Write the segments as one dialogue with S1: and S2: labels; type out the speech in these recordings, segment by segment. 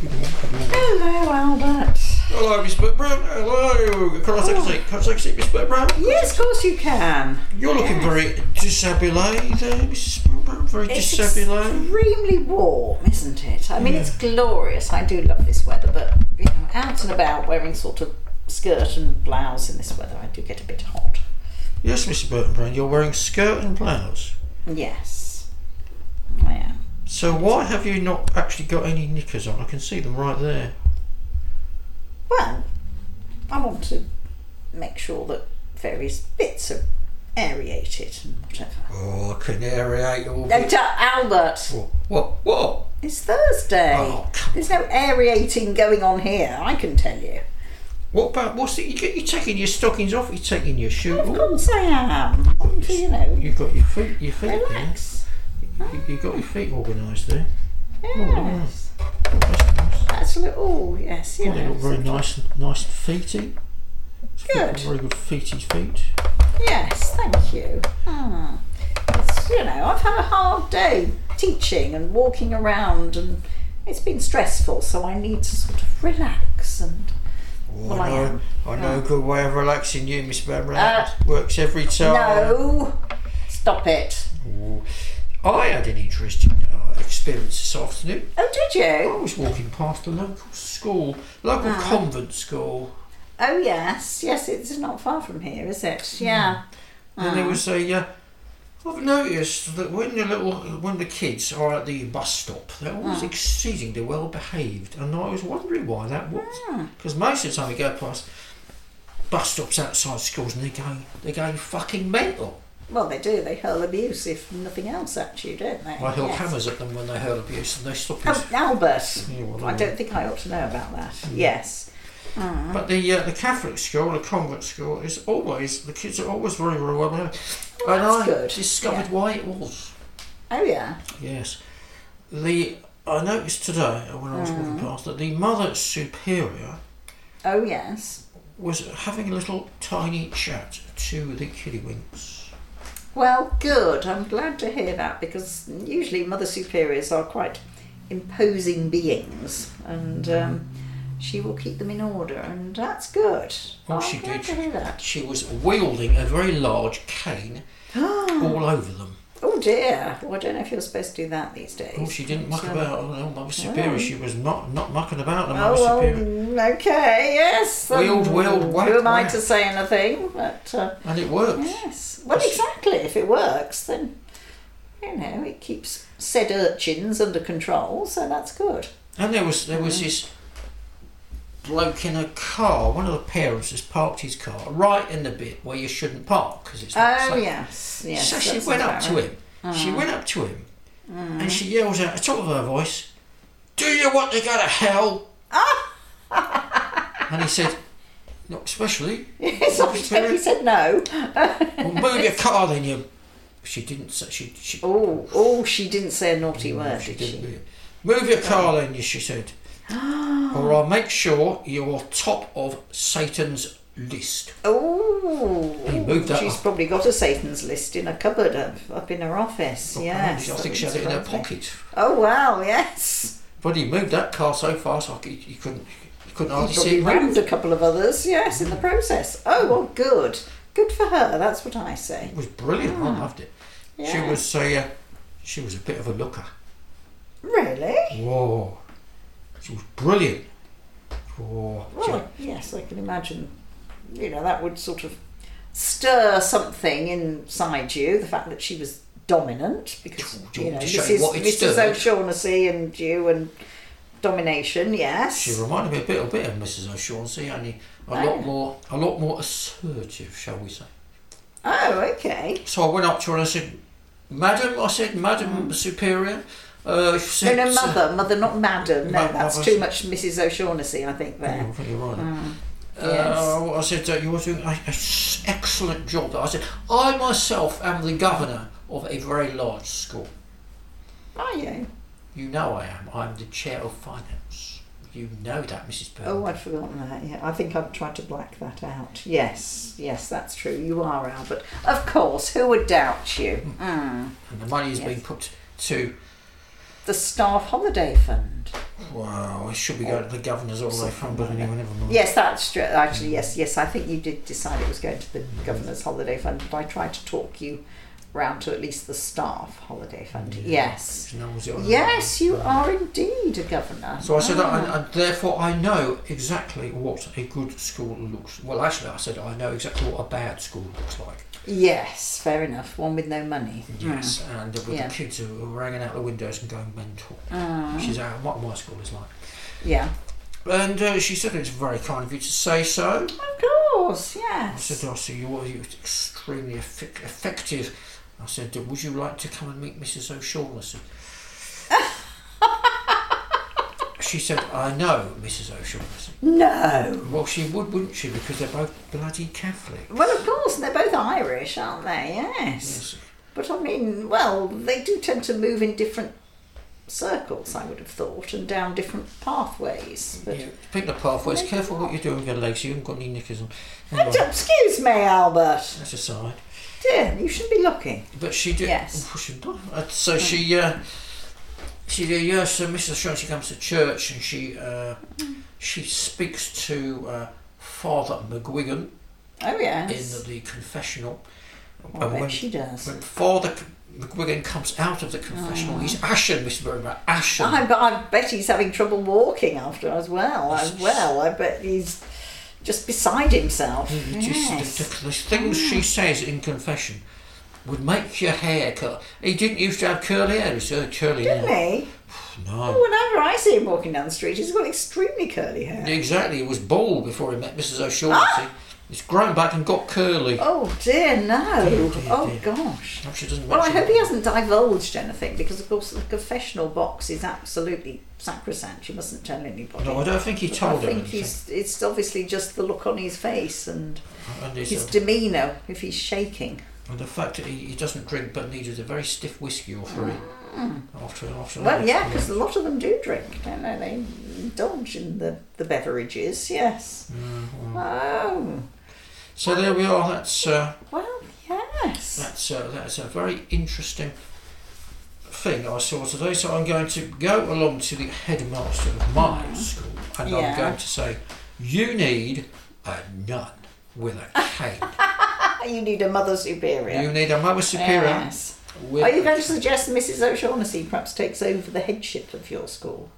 S1: Hello, Albert.
S2: Hello, Miss Brown. Hello. Can I take a seat? Can I take a seat, Miss Brown?
S1: Yes, of course you can.
S2: You're looking very dishabillé there, Mrs. Brown. Very
S1: It's
S2: dishabillé.
S1: extremely warm, isn't it? I mean, it's glorious. I do love this weather, but you know, out and about wearing sort of skirt and blouse in this weather, I do get a bit hot.
S2: Yes, Mr. Burton Brown, you're wearing skirt and blouse.
S1: Yes, I am.
S2: So why have you not actually got any knickers on? I can see them right there.
S1: Well, I want to make sure that various bits are aerated and whatever.
S2: Oh, I can aerate all
S1: No, t- Albert,
S2: What? What? What?
S1: it's Thursday.
S2: Oh, come
S1: There's no aerating going on here, I can tell you.
S2: What about what's it? You get you taking your stockings off. You're taking your shoe.
S1: Of
S2: off.
S1: course I am. Don't You know,
S2: You've got your feet. Your feet. there.
S1: relax.
S2: You, you've got your feet organised there.
S1: Yes.
S2: Oh, that's nice.
S1: That's a little, oh, yes, you
S2: Oh, they
S1: know.
S2: look very nice. Nice feety.
S1: Good.
S2: Very good Oh, feety feet.
S1: Yes, thank you. Hmm. It's, you know, I've had a hard day teaching and walking around, and it's been stressful, so I need to sort of relax and.
S2: Oh,
S1: Well,
S2: I
S1: I
S2: know,
S1: am.
S2: I know a good way of relaxing you, Miss Bamra.
S1: Uh,
S2: Works every time.
S1: No! Stop it.
S2: No. I had an interesting uh, experience this afternoon.
S1: Oh, did
S2: I
S1: you?
S2: was walking past the local school, local
S1: Uh-huh.
S2: convent school,
S1: Oh, yes. Yes, it's not far from here, is it? Yeah.
S2: And
S1: Ah.
S2: there was a. Uh, I've noticed that when the little when the kids are at the bus stop, they're always
S1: Ah.
S2: exceedingly well behaved, and I was wondering why that
S1: Ah.
S2: was. Because most of the time we go past bus stops outside schools, and they go they go fucking mental.
S1: Well, they do. They hurl abuse, if nothing else, at you, don't they?
S2: I hurl
S1: Uh, Yes.
S2: hammers at them when they hurl abuse, and they stop us.
S1: Oh, Albert.
S2: Yeah, well,
S1: I
S2: they-
S1: don't think I ought to know about that. Yes.
S2: But the uh, the Catholic school, the convent school, is always the kids are always very very well behaved, and
S1: that's
S2: I
S1: good.
S2: discovered
S1: Yeah.
S2: why it was.
S1: Oh, yeah.
S2: Yes. The I noticed today when I was walking
S1: Hmm.
S2: past that the mother superior
S1: Oh, yes.
S2: was having a little tiny chat to the kiddywinks.
S1: Well, good. I'm glad to hear that because usually Mother Superiors are quite imposing beings and
S2: Mm.
S1: um, she will keep them in order, and that's good. I'm
S2: All Oh, she
S1: glad
S2: did,
S1: to hear that.
S2: she was wielding a very large cane all over them.
S1: Oh, dear. Well, I don't know if you're supposed to do that these days.
S2: Oh, she didn't muck
S1: So-
S2: about. Oh, no, Mother Superior, she was not not mucking about. The Mother
S1: Oh,
S2: Superior,
S1: well, okay, yes. Um,
S2: Wield, wield, whack,
S1: Who am I
S2: whack.
S1: to say anything? But uh,
S2: and it worked.
S1: yes, well, exactly. If it works, then you know it keeps said urchins under control, so that's good.
S2: And there was there was
S1: Hmm.
S2: this bloke in a car. One of the parents has parked his car right in the bit where you shouldn't park because it's not
S1: Oh
S2: safe.
S1: yes, yes.
S2: so she
S1: that's Uh-huh.
S2: went up to
S1: apparent.
S2: him. She went up to him
S1: Uh-huh.
S2: and she yells out at the top of her voice, Do you want to go to hell? and he said, Not especially.
S1: Yes, I said- he said no.
S2: Well, move your car then, you. She didn't say, she, she,
S1: Oh, oh, she didn't say a naughty word,
S2: she
S1: did she?
S2: didn't do it. Move your car then, you- she said, or I'll make sure you're top of Satan's list.
S1: Oh,
S2: He moved that
S1: she's
S2: up.
S1: probably got a Satan's list in a cupboard up, up in her
S2: Oh,
S1: office. yes,
S2: I think she had it in her pocket.
S1: Oh wow, yes.
S2: But he moved that car so fast, I c- you couldn't, you couldn't hardly see
S1: Probably
S2: it move.
S1: rammed a couple of others, yes, in the process. Oh, well, good. Good for her, that's what I say.
S2: It was brilliant. I loved it. She
S1: Hmm. Yeah.
S2: was a, uh, she was a bit of a looker.
S1: Really?
S2: Whoa, she was brilliant. Whoa, She-
S1: Well, yes, I can imagine, you know, that would sort of stir something inside you, the fact that she was dominant, because,
S2: Do you
S1: you know,
S2: want to
S1: this
S2: show
S1: is
S2: what it
S1: Mrs.
S2: stirred?
S1: O'Shaughnessy and you and domination,
S2: she,
S1: yes.
S2: reminded me a bit, a bit of Mrs. O'Shaughnessy, only a
S1: Oh.
S2: lot more, a lot more assertive, shall we say.
S1: Oh, okay.
S2: So I went up to her and I said, "Madam," I said, "Madam Superior." Uh, she
S1: No,
S2: said,
S1: no,
S2: "Sir-
S1: Hmm. mother, mother, not madam. No,
S2: Ma-
S1: that's
S2: mother-
S1: too much Mrs. O'Shaughnessy, I think,
S2: Oh, I
S1: there. Mm.
S2: think you're right.
S1: Hmm. yes.
S2: Uh, I said, uh, you're doing an excellent job. I said, I myself am the governor of a very large school.
S1: Are you?
S2: You know I am. I'm the chair of finance. You know that, Mrs. Byrne.
S1: Oh, I'd forgotten that. Yeah, I think I've tried to black that out. Yes, yes, that's true. You are Albert. Of course, who would doubt you? Mm.
S2: and the money is
S1: Yes.
S2: being put to
S1: The staff holiday fund.
S2: Wow, I should be going to the governor's all the way from, but anyway, never mind.
S1: Yes, that's true. Actually, yes, yes. I think you did decide it was going to the governor's holiday fund, but I tried to talk you round to at least the staff holiday fund. Yes.
S2: She knows it on her
S1: Yes, you are indeed a governor.
S2: So I said,
S1: Ah.
S2: and, and therefore I know exactly what a good school looks. Well, actually, I said I know exactly what a bad school looks like.
S1: Yes, fair enough. One with no money.
S2: Yes, and with
S1: Ah. Yeah.
S2: the kids who who are hanging out the windows and going mental,
S1: Ah,
S2: which is how, what my school is like.
S1: yeah.
S2: And uh, she said, "It's very kind of you to say so."
S1: Of course,
S2: I
S1: yes.
S2: said, "Oh, so you are you extremely effic- effective." I said, "Would you like to come and meet Mrs. O'Shaughnessy?" she said, "I know Mrs. O'Shaughnessy."
S1: No.
S2: Well, she would, wouldn't she? Because they're both bloody Catholic.
S1: Well, of course, they're both Irish, aren't they? Yes.
S2: Yes.
S1: But I mean, well, they do tend to move in different circles, I would have thought, and down different pathways. But
S2: Yeah, Pick the pathways.
S1: Maybe
S2: Careful what
S1: not.
S2: you're doing with your legs. You haven't got any knickers on.
S1: And,
S2: Anyway,
S1: excuse me, Albert.
S2: that's aside.
S1: Dear, you should be looking.
S2: But she did.
S1: Yes. Hmm.
S2: Oh, she done. Uh, So she. Uh, she did. Yeah. So Mrs. Shaw, she comes to church and she. Uh,
S1: Hmm.
S2: she speaks to uh, Father McGuigan
S1: Oh yes. Oh,
S2: in the confessional.
S1: I
S2: And
S1: bet
S2: when,
S1: she does.
S2: when Father McGuigan comes out of the confessional, he's
S1: Oh.
S2: ashen, Mr. Bergman. Ashen.
S1: I, I bet he's having trouble walking after as well. As
S2: Yes.
S1: well, I bet he's just beside himself.
S2: It just-
S1: Yes.
S2: the, the, the things
S1: Hmm.
S2: she says in confession would make your hair curl. He didn't used to have curly hair. He's got curly
S1: Isn't
S2: hair.
S1: he?
S2: No.
S1: Oh, Whenever I see him walking down the street, he's got extremely curly hair.
S2: Exactly. He was bald before he met Mrs. O'Shaughnessy.
S1: Ah!
S2: He's grown back and got curly.
S1: Oh dear, no.
S2: Dear, dear,
S1: oh
S2: dear.
S1: gosh.
S2: Hope she doesn't
S1: Well, I
S2: mention
S1: hope he
S2: it.
S1: hasn't divulged anything because, of course, the confessional box is absolutely sacrosanct. You mustn't tell anybody.
S2: No, I don't think he told
S1: I
S2: her
S1: think
S2: anything.
S1: he's, it's obviously just the look on his face and
S2: And, he's-
S1: his demeanour if he's shaking.
S2: and the fact that he, he doesn't drink but needed a very stiff whiskey or three after after
S1: Hmm. Well,
S2: that.
S1: yeah, because a lot of them do drink, don't they? They indulge in the, the beverages, yes.
S2: Hmm.
S1: Oh,
S2: Mm. So there we are. That's uh,
S1: well, yes.
S2: That's a, that's a very interesting thing I saw today. So I'm going to go along to the headmaster of my school
S1: Hmm.
S2: and
S1: Yeah.
S2: I'm going to say, you need a nun with a cane.
S1: Ah, You need a mother superior.
S2: you need a mother superior
S1: Yes.
S2: with
S1: Are you going to suggest Mrs. O'Shaughnessy perhaps takes over the headship of your school?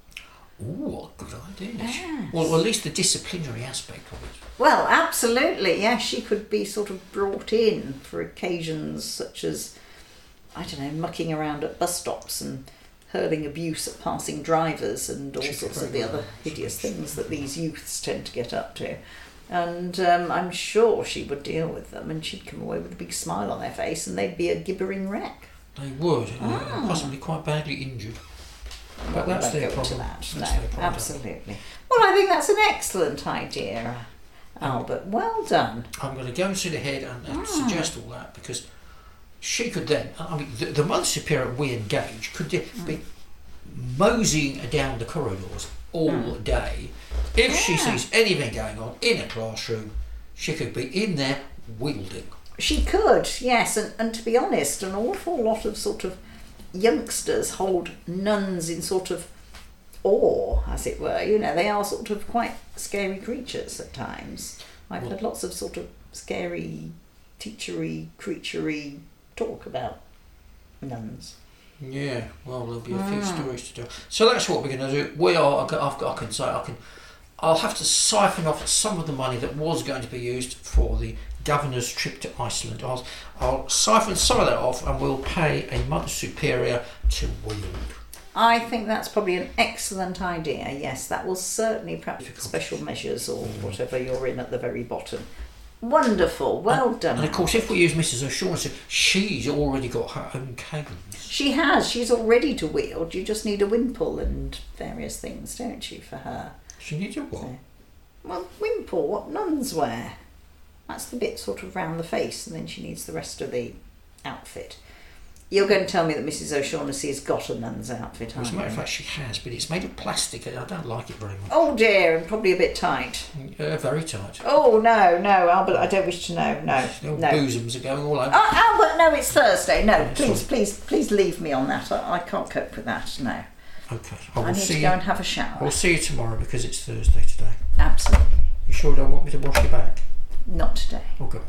S2: Ooh, a good idea.
S1: Yes.
S2: Well, at least the disciplinary aspect of it.
S1: Well, absolutely, yes. She could be sort of brought in for occasions such as, I don't know, mucking around at bus stops and hurling abuse at passing drivers and all
S2: She's
S1: sorts of
S2: very
S1: the other
S2: well.
S1: hideous things that these youths tend to get up to. And um, I'm sure she would deal with them and she'd come away with a big smile on their face and they'd be a gibbering wreck.
S2: They would,
S1: Ah.
S2: uh, possibly quite badly injured. But
S1: We
S2: that's
S1: won't
S2: their
S1: go into
S2: problem.
S1: that.
S2: That's
S1: no,
S2: their problem.
S1: absolutely. Well, I think that's an excellent idea, Albert. Well done.
S2: I'm going to go and sit ahead and,
S1: Ah.
S2: and suggest all that because she could then, I mean, the, the mother superior we engage could de-
S1: Mm.
S2: be moseying down the corridors all day. If she
S1: Mm. Yeah.
S2: sees anything going on in a classroom, she could be in there wielding.
S1: She could, yes, and, and to be honest, an awful lot of sort of youngsters hold nuns in sort of awe, as it were. You know, they are sort of quite scary creatures at times. I've
S2: Well-
S1: heard lots of sort of scary, teachery, creaturey talk about nuns.
S2: Yeah, well, there'll be a few
S1: Ah.
S2: stories to do. So that's what we're going to do. We are. I've got, I've got- I can say I can. I'll have to siphon off some of the money that was going to be used for the governor's trip to Iceland. I'll, I'll siphon some of that off, and we'll pay a mother superior to wield.
S1: I think that's probably an excellent idea. Yes, that will certainly perhaps special measures or whatever you're in at the very bottom. Wonderful, well done.
S2: And of course, if we use Mrs. O'Shaughnessy, she's already got her own canes.
S1: She has. She's all ready to wield. You just need a wimple and various things, don't you, for her?
S2: She needs a what?
S1: Well, wimple, what nuns wear. That's the bit sort of round the face, and then she needs the rest of the outfit. You're going to tell me that Mrs. O'Shaughnessy has got a nun's outfit,
S2: As
S1: aren't
S2: a matter of
S1: you?
S2: fact, she has, but it's made of plastic, and I don't like it very much.
S1: Oh dear, and probably a bit tight.
S2: Uh, very tight.
S1: Oh no, no, Albert, I don't wish to know. No,
S2: The old
S1: no.
S2: bosoms are going all over.
S1: Oh, Albert, no, it's Thursday. No,
S2: Oh,
S1: please, please, please leave me on that. I, I can't cope with that. No.
S2: Okay. I will
S1: Oh. I need
S2: see
S1: to
S2: you.
S1: go and have a
S2: I'll
S1: shower.
S2: see you tomorrow because it's Thursday today.
S1: Absolutely.
S2: You sure don't want me to wash your back?
S1: Not today.
S2: Oh, God.